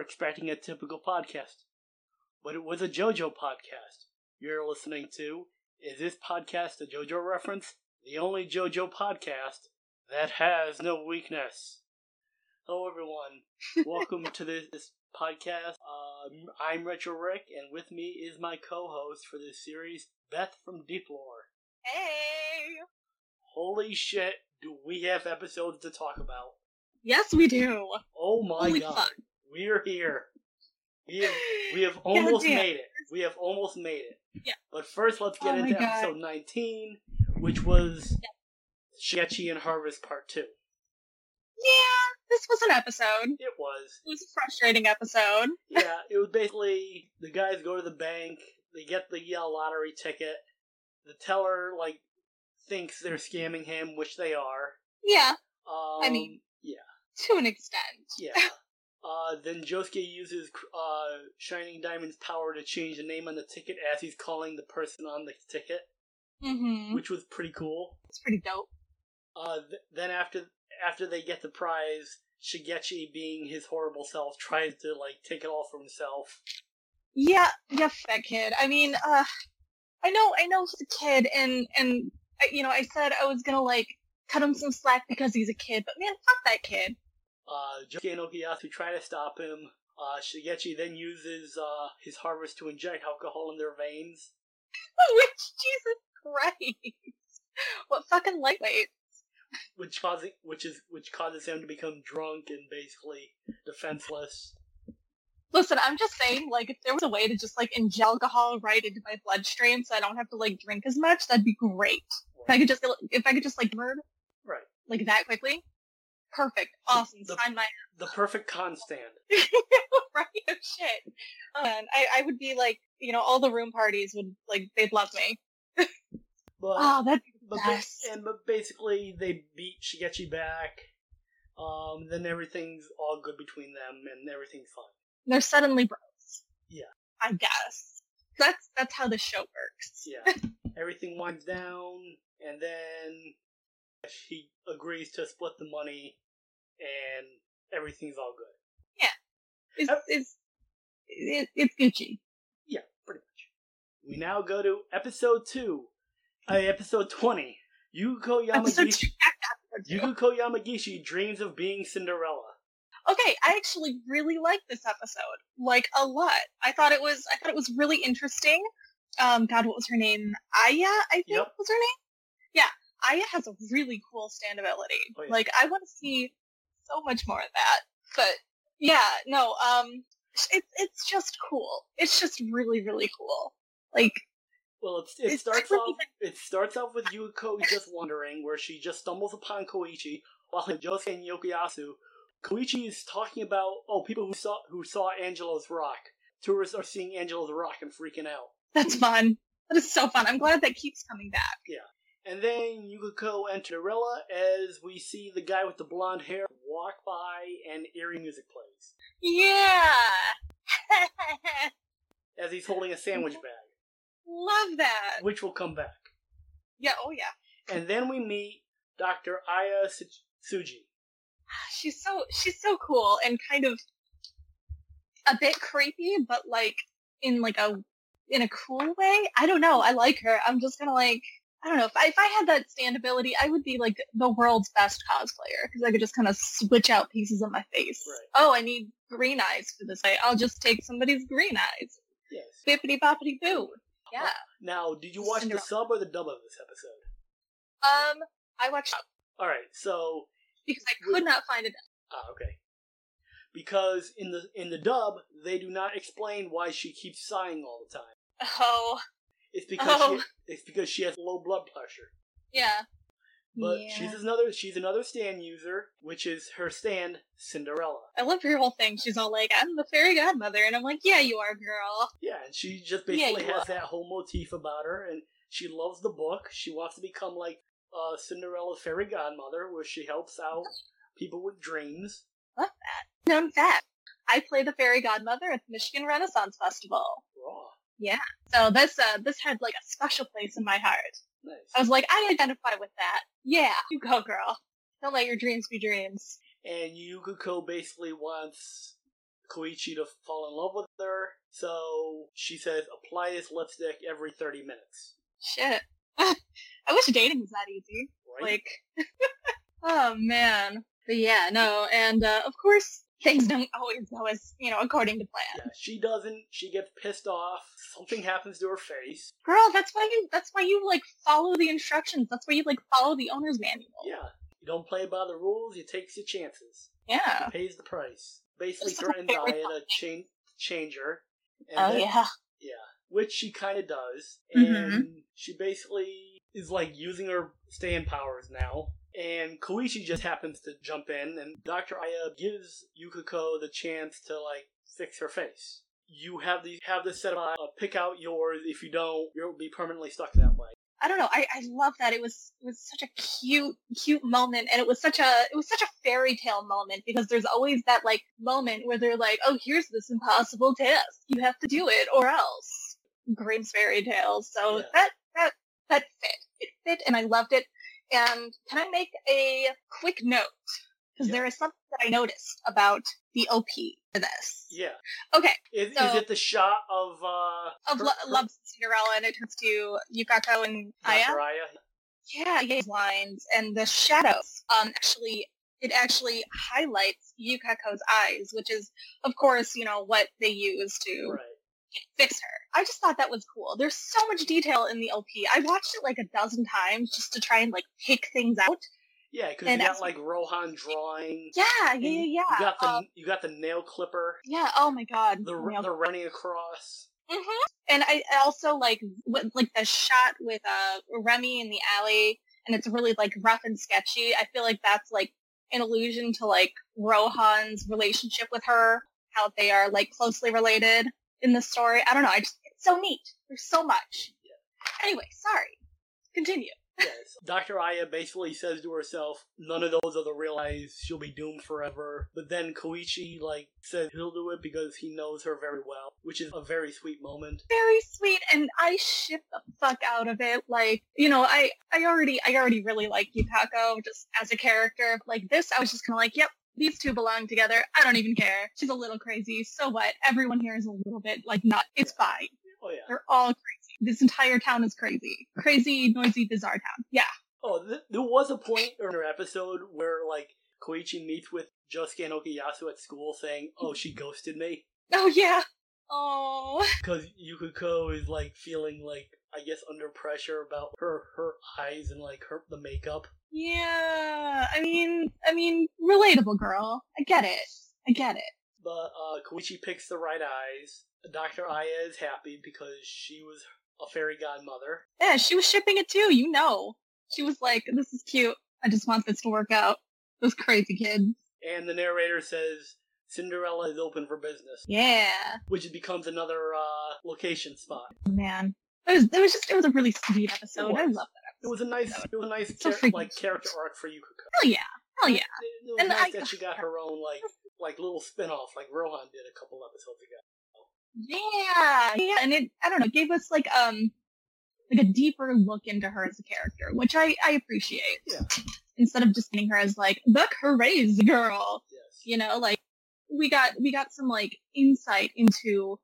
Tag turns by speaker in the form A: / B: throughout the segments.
A: expecting a typical podcast, but it was a JoJo podcast. You're listening to Is This Podcast a JoJo Reference? The only JoJo podcast that has no weakness. Hello, everyone. Welcome to this, this podcast. Um, I'm Retro Rick, and with me is my co host for this series, Beth from Deep Lore.
B: Hey!
A: Holy shit, do we have episodes to talk about?
B: Yes, we do.
A: Oh my
B: Holy
A: god.
B: fuck.
A: We are here. We have, we have almost
B: damn.
A: made it. We have almost made it.
B: Yeah.
A: But first, let's get
B: Oh my
A: into
B: God.
A: episode 19, which was Shigechi and Harvest Part 2.
B: Yeah, this was an episode.
A: It was.
B: It was a frustrating episode.
A: Yeah, it was basically the guys go to the bank, they get the uh, lottery ticket, the teller, like, thinks they're scamming him, which they are.
B: Yeah,
A: Um,
B: I mean-
A: yeah,
B: to an extent.
A: yeah. Uh, then Josuke uses uh, Shining Diamond's power to change the name on the ticket as he's calling the person on the ticket,
B: Mm-hmm.
A: which was pretty cool.
B: It's pretty dope.
A: Uh, th- then after after they get the prize, Shigechi, being his horrible self, tries to like take it all for himself.
B: Yeah, yeah, that kid. I mean, uh, I know, I know he's a kid, and and uh, you know, I said I was gonna like cut him some slack because he's a kid, but man, fuck that kid.
A: Uh, Josuke and Okuyasu try to stop him. Uh, Shigechi then uses uh, his harvest to inject alcohol in their veins.
B: Which Oh, Jesus Christ, what fucking lightweight?
A: which causes which is which causes him to become drunk and basically defenseless.
B: Listen, I'm just saying, like, if there was a way to just, like, inject alcohol right into my bloodstream so I don't have to, like, drink as much, that'd be great. If I could just, if I could just, like, murder,
A: Right.
B: like, that quickly, perfect, awesome,
A: The-
B: sign my
A: The perfect con stand.
B: right, oh, shit. And I, I would be, like, you know, all the room parties would, like, they'd love me.
A: But,
B: Oh, that'd be
A: but ba-
B: best.
A: and but basically they beat Shigechi back. Um, then everything's all good between them and everything's fine.
B: They're suddenly bros.
A: Yeah.
B: I guess. That's, that's how the show works.
A: Yeah. Everything winds down and then she agrees to split the money and everything's all good.
B: It's,
A: Oh.
B: it's, it, it's Gucci.
A: Yeah, pretty much. We now go to episode two, uh, episode twenty. Yuko
B: Episode two.
A: Yamagishi. Yuko Yamagishi dreams of being Cinderella.
B: okay, I actually really liked this episode, like a lot. I thought it was, I thought it was really interesting. Um, God, what was her name? Aya, I think
A: Yep.
B: was her name. Yeah, Aya has a really cool stand ability.
A: Oh, yeah.
B: Like, I want to see so much more of that. But yeah, no, um, it, it's just cool. It's just really, really cool. Like,
A: Well, it's, it
B: It's
A: starts
B: really
A: off. It starts off with Yuko just wondering, where she just stumbles upon Koichi while Josuke and Yokoyasu. Koichi is talking about oh people who saw who saw Angelo's rock. Tourists are seeing Angelo's rock and freaking out.
B: that's fun. That is so fun. I'm glad that keeps coming back.
A: And then Yukiko and Cinderella as we see the guy with the blonde hair walk by and eerie music plays
B: Yeah.
A: as he's holding a sandwich bag,
B: Love that.
A: which will come back.
B: Yeah, oh yeah.
A: And then we meet Dr. Aya Su- Suji.
B: she's so she's so cool and kind of a bit creepy but like in like a in a cool way i don't know i like her i'm just gonna like i don't know if i, if I had that stand ability i would be like the world's best cosplayer because i could just kind of switch out pieces of my face
A: Right.
B: oh i need green eyes for this way i'll just take somebody's green eyes
A: Yes.
B: bippity boppity boo yeah
A: Now, did you watch the
B: Cinderella.
A: sub or the dub of this episode?
B: um i watched up
A: All right. So,
B: because i could not find it
A: ah, okay. Because in the in the dub, they do not explain why she keeps sighing all the time.
B: oh
A: It's because
B: Oh.
A: she, it's because she has low blood pressure.
B: yeah
A: But
B: Yeah.
A: she's another she's another stand user, which is her stand Cinderella.
B: I love her whole thing. She's all like, I'm the fairy godmother. And I'm like, yeah, you are, girl.
A: Yeah, and she just
B: Yeah,
A: basically
B: you
A: has that whole motif about her, and she loves the book. She wants to become like uh, Cinderella's fairy godmother, where she helps out people with dreams.
B: Known fact, I play the fairy godmother at the Michigan Renaissance Festival.
A: Raw,
B: So this, uh, this had like a special place in my heart. I
A: nice.
B: was like, I identify with that. Yeah, you go, girl. Don't let your dreams be dreams.
A: And Yukiko basically wants Koichi to fall in love with her. So she says, apply this lipstick every 30 minutes.
B: Shit. I wish dating was that easy.
A: Right?
B: Like, oh man. But yeah, no, and uh, of course things don't always go as you know according to plan.
A: yeah, she doesn't. She gets pissed off. Something happens to her face.
B: Girl, that's why you that's why you like follow the instructions. That's why you like follow the owner's manual.
A: Yeah. You don't play by the rules, you takes your chances.
B: Yeah.
A: He pays the price. Basically
B: That's my
A: threatens Aya
B: favorite
A: to change, change her. And
B: Oh
A: then-
B: yeah.
A: Which she kind of does.
B: Mhm.
A: And she basically is like using her stand powers now. And Koichi just happens to jump in, and Dr. Aya gives Yukiko the chance to like fix her face. You have the have this set of uh, pick out yours. If you don't, you'll be permanently stuck that way.
B: I don't know. I, I love that. It was it was such a cute cute moment, and it was such a it was such a fairy tale moment because there's always that like moment where they're like, oh, here's this impossible task. You have to do it or else. Grimm's fairy tales. So
A: Yeah.
B: that that that fit it fit, and I loved it. And can I make a quick note? Because
A: Yeah.
B: there is something that I noticed about the OP for this.
A: Yeah.
B: Okay,
A: Is, is
B: So-
A: it the shot of uh
B: of
A: her-
B: Lo-
A: her-
B: Love's Cinderella, and it turns to Yukako and Aya.
A: Dr. Aya?
B: Yeah, yeah, lines and the shadows. Um, actually, it actually highlights Yukako's eyes, which is, of course, you know what they use to
A: Right.
B: fix her. I just thought that was cool. There's so much detail in the OP. I watched it like a dozen times just to try and like pick things out.
A: Yeah, because you
B: And
A: got
B: as-
A: like Rohan drawing.
B: Yeah, yeah, yeah,
A: You
B: yeah.
A: got the
B: Um,
A: you got the nail clipper.
B: yeah. Oh my god.
A: The
B: Nail-
A: the running across.
B: hmm And I I also like with, like the shot with uh Remy in the alley, and it's really like rough and sketchy. I feel like that's like an allusion to like Rohan's relationship with her, how they are like closely related in the story. I don't know. I just it's so neat. There's so much. Anyway, sorry. Continue.
A: Yes. Dr. Aya basically says to herself, none of those are the real eyes. She'll be doomed forever. But then Koichi like says he'll do it because he knows her very well, which is a very sweet moment.
B: Very sweet, and I ship the fuck out of it. Like, you know, I I already I already really like Yukako just as a character. Like this, I was just kind of like, yep, these two belong together. I don't even care. She's a little crazy. So what? Everyone here is a little bit like not. It's fine.
A: Oh yeah.
B: They're all crazy. This entire town is crazy. Crazy, noisy, bizarre town. Yeah.
A: Oh, th- there was a point in her episode where like Koichi meets with Josuke and Okuyasu at school saying, "Oh, she ghosted me."
B: Oh yeah. Oh.
A: because Yukiko is like feeling like I guess under pressure about her her eyes and like her the makeup.
B: Yeah. I mean, I mean, relatable girl. I get it. I get it.
A: But uh, Koichi picks the right eyes. Doctor Aya is happy because she was a fairy godmother.
B: Yeah, she was shipping it too, you know. She was like, this is cute. I just want this to work out. Those crazy kids.
A: And the narrator says Cinderella is open for business,
B: Yeah. Oh,
A: which becomes another uh, location spot.
B: Man. It was, it was just, it was a really sweet episode. I love
A: was.
B: that
A: It
B: episode.
A: was a nice, it was a nice
B: So
A: char- like
B: freaking
A: character arc for Yukiko.
B: Hell yeah. Hell yeah.
A: It, it was
B: And
A: nice
B: I-
A: that she got her own like like little spin off like Rohan did a couple episodes ago.
B: Yeah. Yeah. And it, I don't know, gave us like, um, like a deeper look into her as a character, which I, I appreciate.
A: Yeah.
B: Instead of just seeing her as like, the crazy girl.
A: Yes.
B: you know like we got we got some like insight into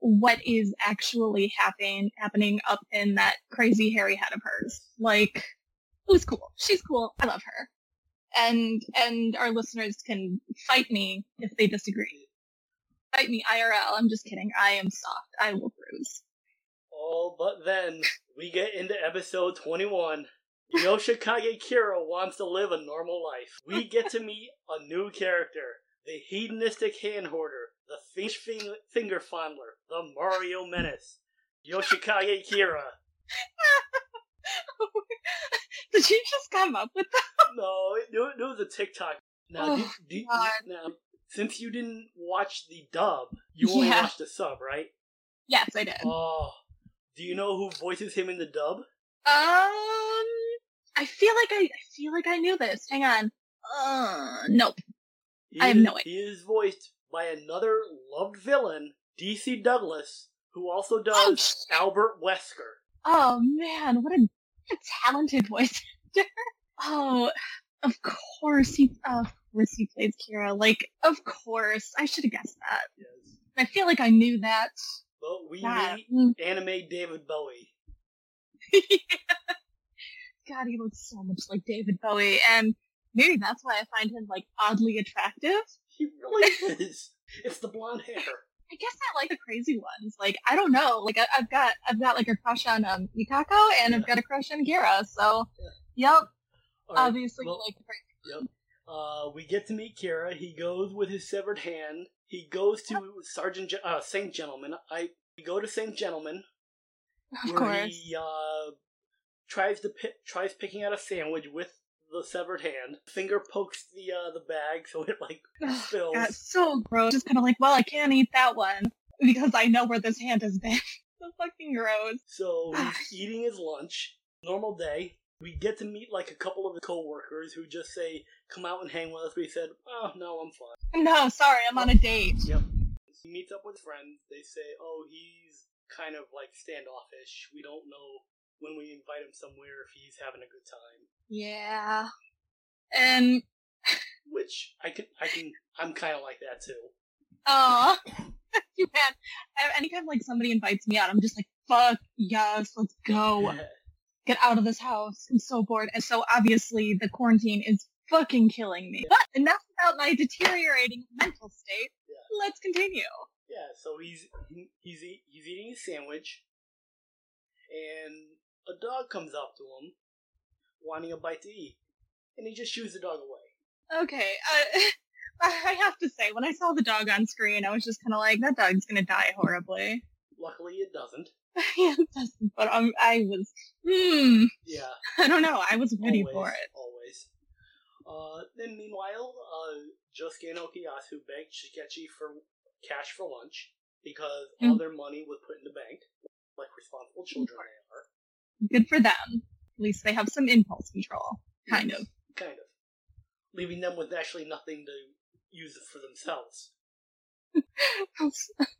B: what is actually happening happening up in that crazy hairy head of hers like it was cool she's cool i love her and and our listeners can fight me if they disagree fight me irl i'm just kidding i am soft i will bruise
A: Oh, but then we get into episode 21. Yoshikage Kira wants to live a normal life. We get to meet a new character the hedonistic hand hoarder, the fish fin- finger fondler, the Mario menace. Yoshikage Kira.
B: did you just come up with that
A: No, it, it was a TikTok. Now,
B: Oh,
A: did, did,
B: God.
A: now, since you didn't watch the dub, you only
B: Yeah.
A: watched the sub, right?
B: yes i did
A: Oh, do you know who voices him in the dub?
B: um i feel like i, I feel like i knew this hang on uh nope
A: He
B: I have
A: is-
B: no idea.
A: He is voiced by another loved villain, DC Douglas, who
B: Oh,
A: also does
B: Ouch.
A: Albert Wesker.
B: Oh man, what a, what a talented voice actor! Oh, of course he, of Rissy plays Kira. Like, of course, I should have guessed that.
A: Yes.
B: I feel like I knew that.
A: But we
B: God.
A: meet
B: Mm.
A: anime David Bowie.
B: God, he looks so much like David Bowie, and maybe that's why I find him like oddly attractive.
A: He really is. It's the blonde hair.
B: I guess I like the crazy ones. Like, I don't know. Like, I, I've got I've got like a crush on um Yukako, and I've got a crush on Gira. So, yep,
A: All right,
B: obviously
A: well-
B: like the crazy.
A: Uh, we get to meet Kira. He goes with his severed hand. He goes to Sergeant Gen- uh, Saint Gentleman. I we go to Saint Gentleman
B: Of
A: where
B: course,
A: he uh, tries to pi- tries picking out a sandwich with the severed hand. Finger pokes the uh, the bag, so it like
B: Ugh,
A: spills.
B: God, it's so gross. Just kind of like, well, I can't eat that one because I know where this hand has been. so fucking gross.
A: So he's eating his lunch. Normal day. We get to meet like a couple of the co-workers who just say, "Come out and hang with us." We said, "Oh no, I'm fine."
B: No, sorry, I'm on a date.
A: Yep. He meets up with friends. They say, "Oh, he's kind of like standoffish. We don't know when we invite him somewhere if he's having a good time."
B: Yeah, and
A: Which I can, I can, I'm kind of like that too.
B: Oh, man. A- Anytime like somebody invites me out, I'm just like, fuck yes, let's
A: Oh,
B: go. Get out of this house. I'm so bored. And so obviously the quarantine is fucking killing me. But enough about my deteriorating mental state.
A: Yeah.
B: Let's continue.
A: yeah. So he's he's eat, he's eating his sandwich, and a dog comes up to him, wanting a bite to eat, and he just shoos the dog away.
B: Okay. Uh, I have to say, when I saw the dog on screen, I was just kind of like, that dog's gonna die horribly.
A: Luckily, it doesn't.
B: yeah, it doesn't, but um, I was, hmm,
A: Yeah.
B: I don't know. I was ready for it.
A: Always. Uh, then meanwhile, uh, Josuke and Okuyasu begged Shigechi for cash for lunch because
B: Mm.
A: all their money was put in the bank, like responsible children they are.
B: Good for them. At least they have some impulse control. Kind of.
A: Kind of. Leaving them with actually nothing to use for themselves.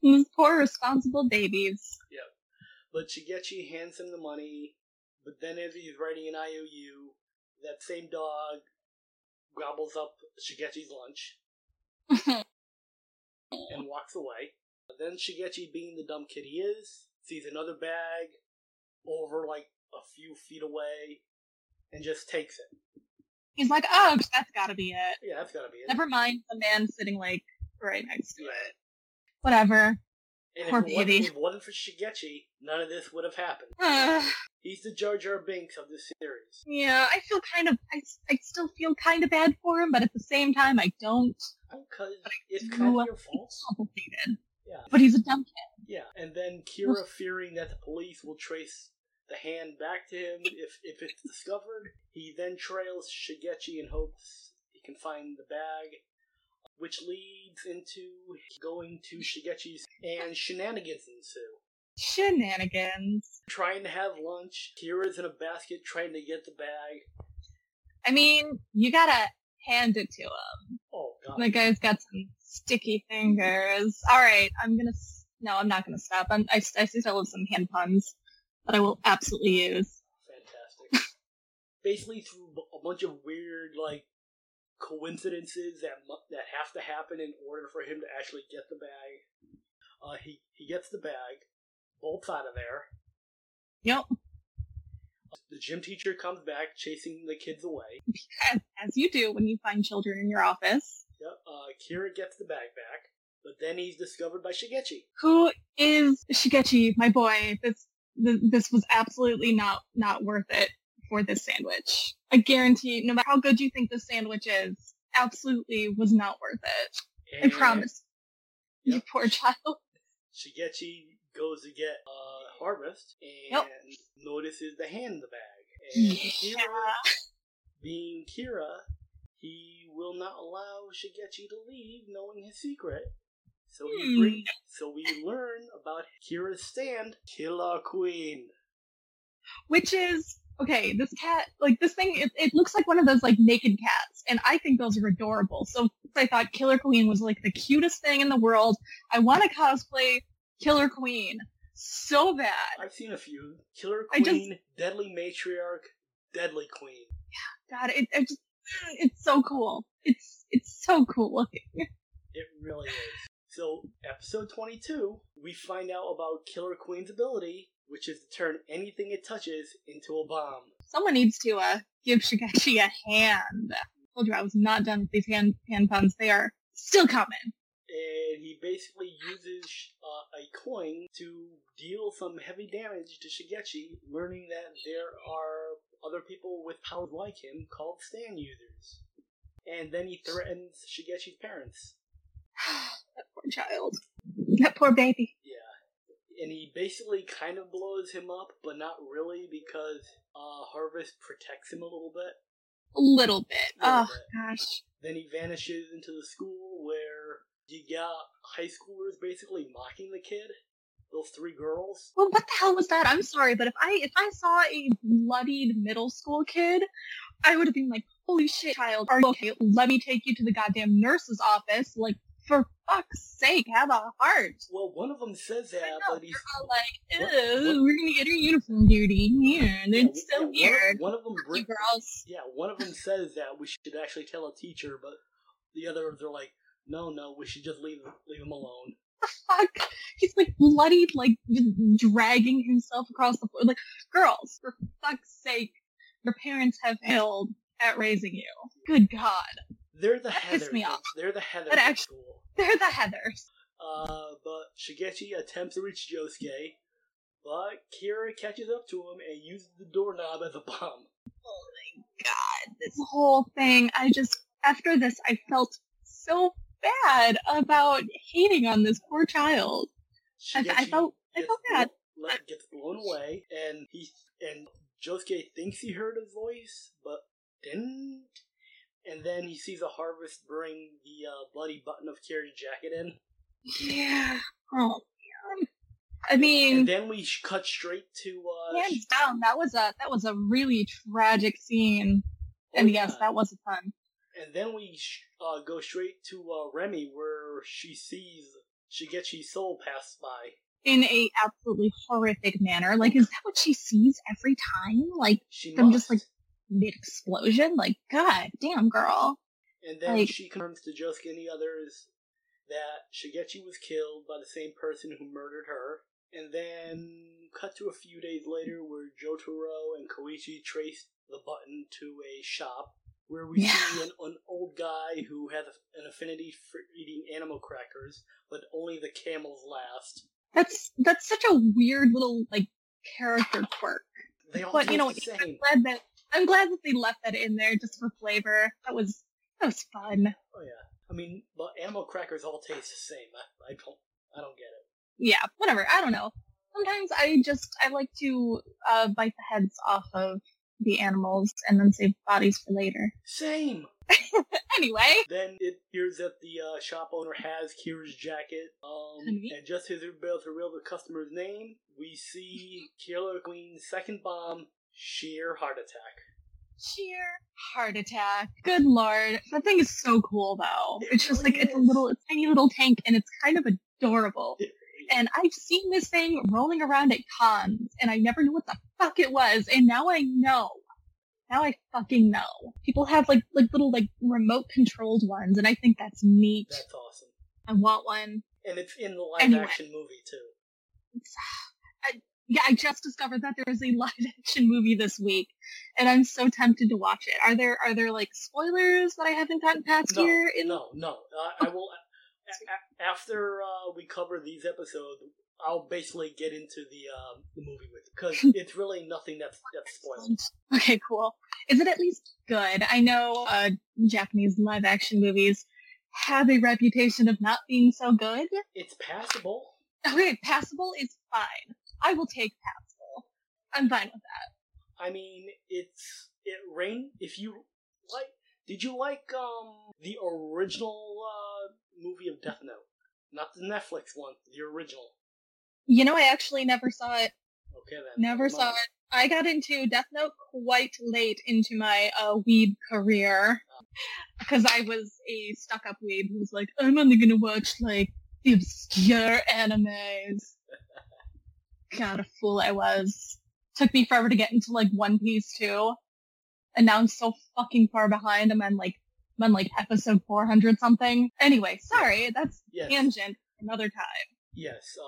B: These poor responsible babies.
A: But Shigechi hands him the money, but then as he's writing an IOU, that same dog gobbles up Shigechi's lunch. and walks away. Then Shigechi, being the dumb kid he is, sees another bag over like a few feet away and just takes it.
B: He's like, oh, that's gotta be it.
A: Yeah, that's gotta be it.
B: Never mind the man sitting like right next to
A: Yeah.
B: it. Whatever.
A: And
B: Poor
A: if it, wasn't,
B: baby. Uh.
A: if it wasn't for Shigechi, none of this would have happened.
B: Ugh.
A: He's the Jar Jar Binks of this series.
B: yeah, I feel kind of, I, s- I still feel kind of bad for him, but at the same time, I don't.
A: Because it's kind
B: No.
A: of your fault.
B: It's complicated.
A: Yeah.
B: But he's a dumb kid.
A: Yeah, and then Kira, fearing that the police will trace the hand back to him if if it's discovered, he then trails Shigechi in hopes he can find the bag, which leads into going to Shigechi's and shenanigans ensue.
B: Shenanigans.
A: Trying to have lunch, Kira's in a basket trying to get the bag.
B: I mean, you gotta hand it to him.
A: Oh god,
B: That guy's got some sticky fingers. All right, I'm gonna. s- No, I'm not gonna stop. I'm, I, I still have some hand puns that I will absolutely use.
A: fantastic! Basically, through a bunch of weird like coincidences that mu- that have to happen in order for him to actually get the bag. Uh, he he gets the bag, bolts out of there.
B: Yep,
A: The gym teacher comes back, chasing the kids away.
B: as, as you do when you find children in your office,
A: Yep. Uh, Kira gets the bag back, but then he's discovered by Shigechi.
B: who is Shigechi, my boy. This th- this was absolutely not not worth it for this sandwich. I guarantee, no matter how good you think this sandwich is, absolutely was not worth it. I promise. You
A: Yep.
B: poor child.
A: Shigechi goes to get uh, Harvest and
B: Yep.
A: notices the hand in the bag. And
B: Yeah.
A: Kira, being Kira, he will not allow Shigechi to leave, knowing his secret. So we
B: Hmm.
A: bring, so we learn about Kira's stand, Killer Queen.
B: which is okay this cat like this thing it, it looks like one of those like naked cats and i think those are adorable so i thought killer queen was like the cutest thing in the world i want to cosplay killer queen so bad
A: I've seen a few. Killer
B: I just-
A: Queen, Deadly Matriarch, Deadly Queen.
B: god it, it just It's so cool. It's it's so cool looking.
A: It really is. So, episode 22, we find out about Killer Queen's ability, which is to turn anything it touches into a bomb.
B: Someone needs to uh give Shigachi a hand. I told you I was not done with these hand hand puns. They are still coming.
A: And he basically uses uh, a coin to deal some heavy damage to Shigechi, learning that there are other people with powers like him called stand users. And then he threatens Shigechi's parents.
B: that poor child. That poor baby.
A: Yeah. And he basically kind of blows him up, but not really because uh, Harvest protects him a little bit.
B: A little bit.
A: Little
B: oh
A: bit.
B: gosh.
A: Then he vanishes into the school where you got high schoolers basically mocking the kid. Those three girls.
B: Well, what the hell was that? I'm sorry, but if I if I saw a bloodied middle school kid, I would have been like, "Holy shit, child! Are you okay? Let me take you to the goddamn nurse's office. Like, for fuck's sake, have a heart."
A: Well, one of them says that,
B: I know,
A: but he's
B: they're all like,
A: What-
B: "Ew, we're gonna get her uniform dirty." Yeah,
A: yeah,
B: that's
A: yeah,
B: so
A: one of-
B: weird.
A: One of them
B: You
A: brings.
B: girls.
A: Yeah, one of them says that we should actually tell a teacher, but the others are like, no, no, we should just leave leave him alone.
B: fuck? He's like bloodied, like just dragging himself across the floor. Like, girls, for fuck's sake, your parents have failed at raising you. Good God.
A: They're the
B: That
A: Heather.
B: pissed me off.
A: They're the Heather
B: That actu-
A: school.
B: They're the Heathers.
A: Uh, but Shigechi attempts to reach Josuke, but Kira catches up to him and uses the doorknob as a bomb.
B: God, this whole thing, I just, after this, I felt so bad about hating on this poor child. I- I
A: Shigechi
B: felt- I
A: gets
B: felt bad.
A: blo- le- gets blown away, and he and Josuke thinks he heard a voice, but didn't. And then he sees a harvest bring the uh, bloody button of Kira's jacket in.
B: Yeah. Oh, man. I
A: And
B: mean,
A: then we sh- cut straight to uh,
B: hands down, that was a, that was a really tragic scene.
A: Oh,
B: And yes, that was a pun.
A: And then we sh- uh, go straight to uh, Remy, where she sees Shigechi's soul pass by.
B: in a absolutely horrific manner. Like, is that what she sees every time? Like
A: She
B: I'm
A: must.
B: just mid explosion? Like, god damn, girl.
A: and then
B: like-
A: she confirms to Josuke and the others that Shigechi was killed by the same person who murdered her. And then cut to a few days later, where Jotaro and Koichi trace the button to a shop, where we see an, an old guy who has an affinity for eating animal crackers, but only the camels last.
B: That's that's such a weird little like character quirk.
A: They all
B: But
A: taste
B: you know,
A: the
B: I'm
A: same.
B: glad that I'm glad that they left that in there just for flavor. That was that was fun.
A: Oh yeah, I mean, but animal crackers all taste the same. I, I don't, I don't get it.
B: Yeah, whatever. I don't know. Sometimes I just I like to uh, bite the heads off of the animals and then save bodies for later.
A: Same.
B: Anyway,
A: Then it appears that the uh, shop owner has Kira's jacket, um,
B: Mhm.
A: and just as they're about to reveal the customer's name, we see Killer Queen's second bomb, sheer heart attack.
B: sheer heart attack. Good lord. That thing is so cool though.
A: It
B: It's just
A: really
B: like it's a
A: is.
B: little it's a tiny little tank and it's kind of adorable.
A: It
B: And I've seen this thing rolling around at cons and I never knew what the fuck it was and now I know. Now I fucking know. People have like like little like remote controlled ones and I think that's neat.
A: That's awesome,
B: I want one.
A: and it's in the live
B: Anyway.
A: action movie too.
B: Yeah, I just discovered that there is a live action movie this week and I'm so tempted to watch it. Are there are there like spoilers that I haven't gotten past
A: No,
B: here in
A: no, no. I, I will. A, a, after uh, we cover these episodes, I'll basically get into the um, the movie with because it's really nothing that's that's spoiled.
B: Okay, cool. Is it at least good? I know uh, Japanese live action movies have a reputation of not being so good.
A: It's passable.
B: Okay, passable is fine. I will take passable. I'm fine with
A: I mean, it's it rain. If you like, did you like um the original uh, movie of Death Note? Not the Netflix one, the original.
B: it. You know, I actually never saw it.
A: Okay, then.
B: Never saw it. I got into Death Note quite late into my uh, weeb career because I was a stuck-up weeb who was like, I'm only gonna watch like the obscure animes. God, a fool I was. Took me forever to get into like One Piece too. and now I'm so fucking far behind. I'm on like I'm on like episode 400 something. Anyway, sorry, that's
A: Yes.
B: tangent another time.
A: Yes. Uh,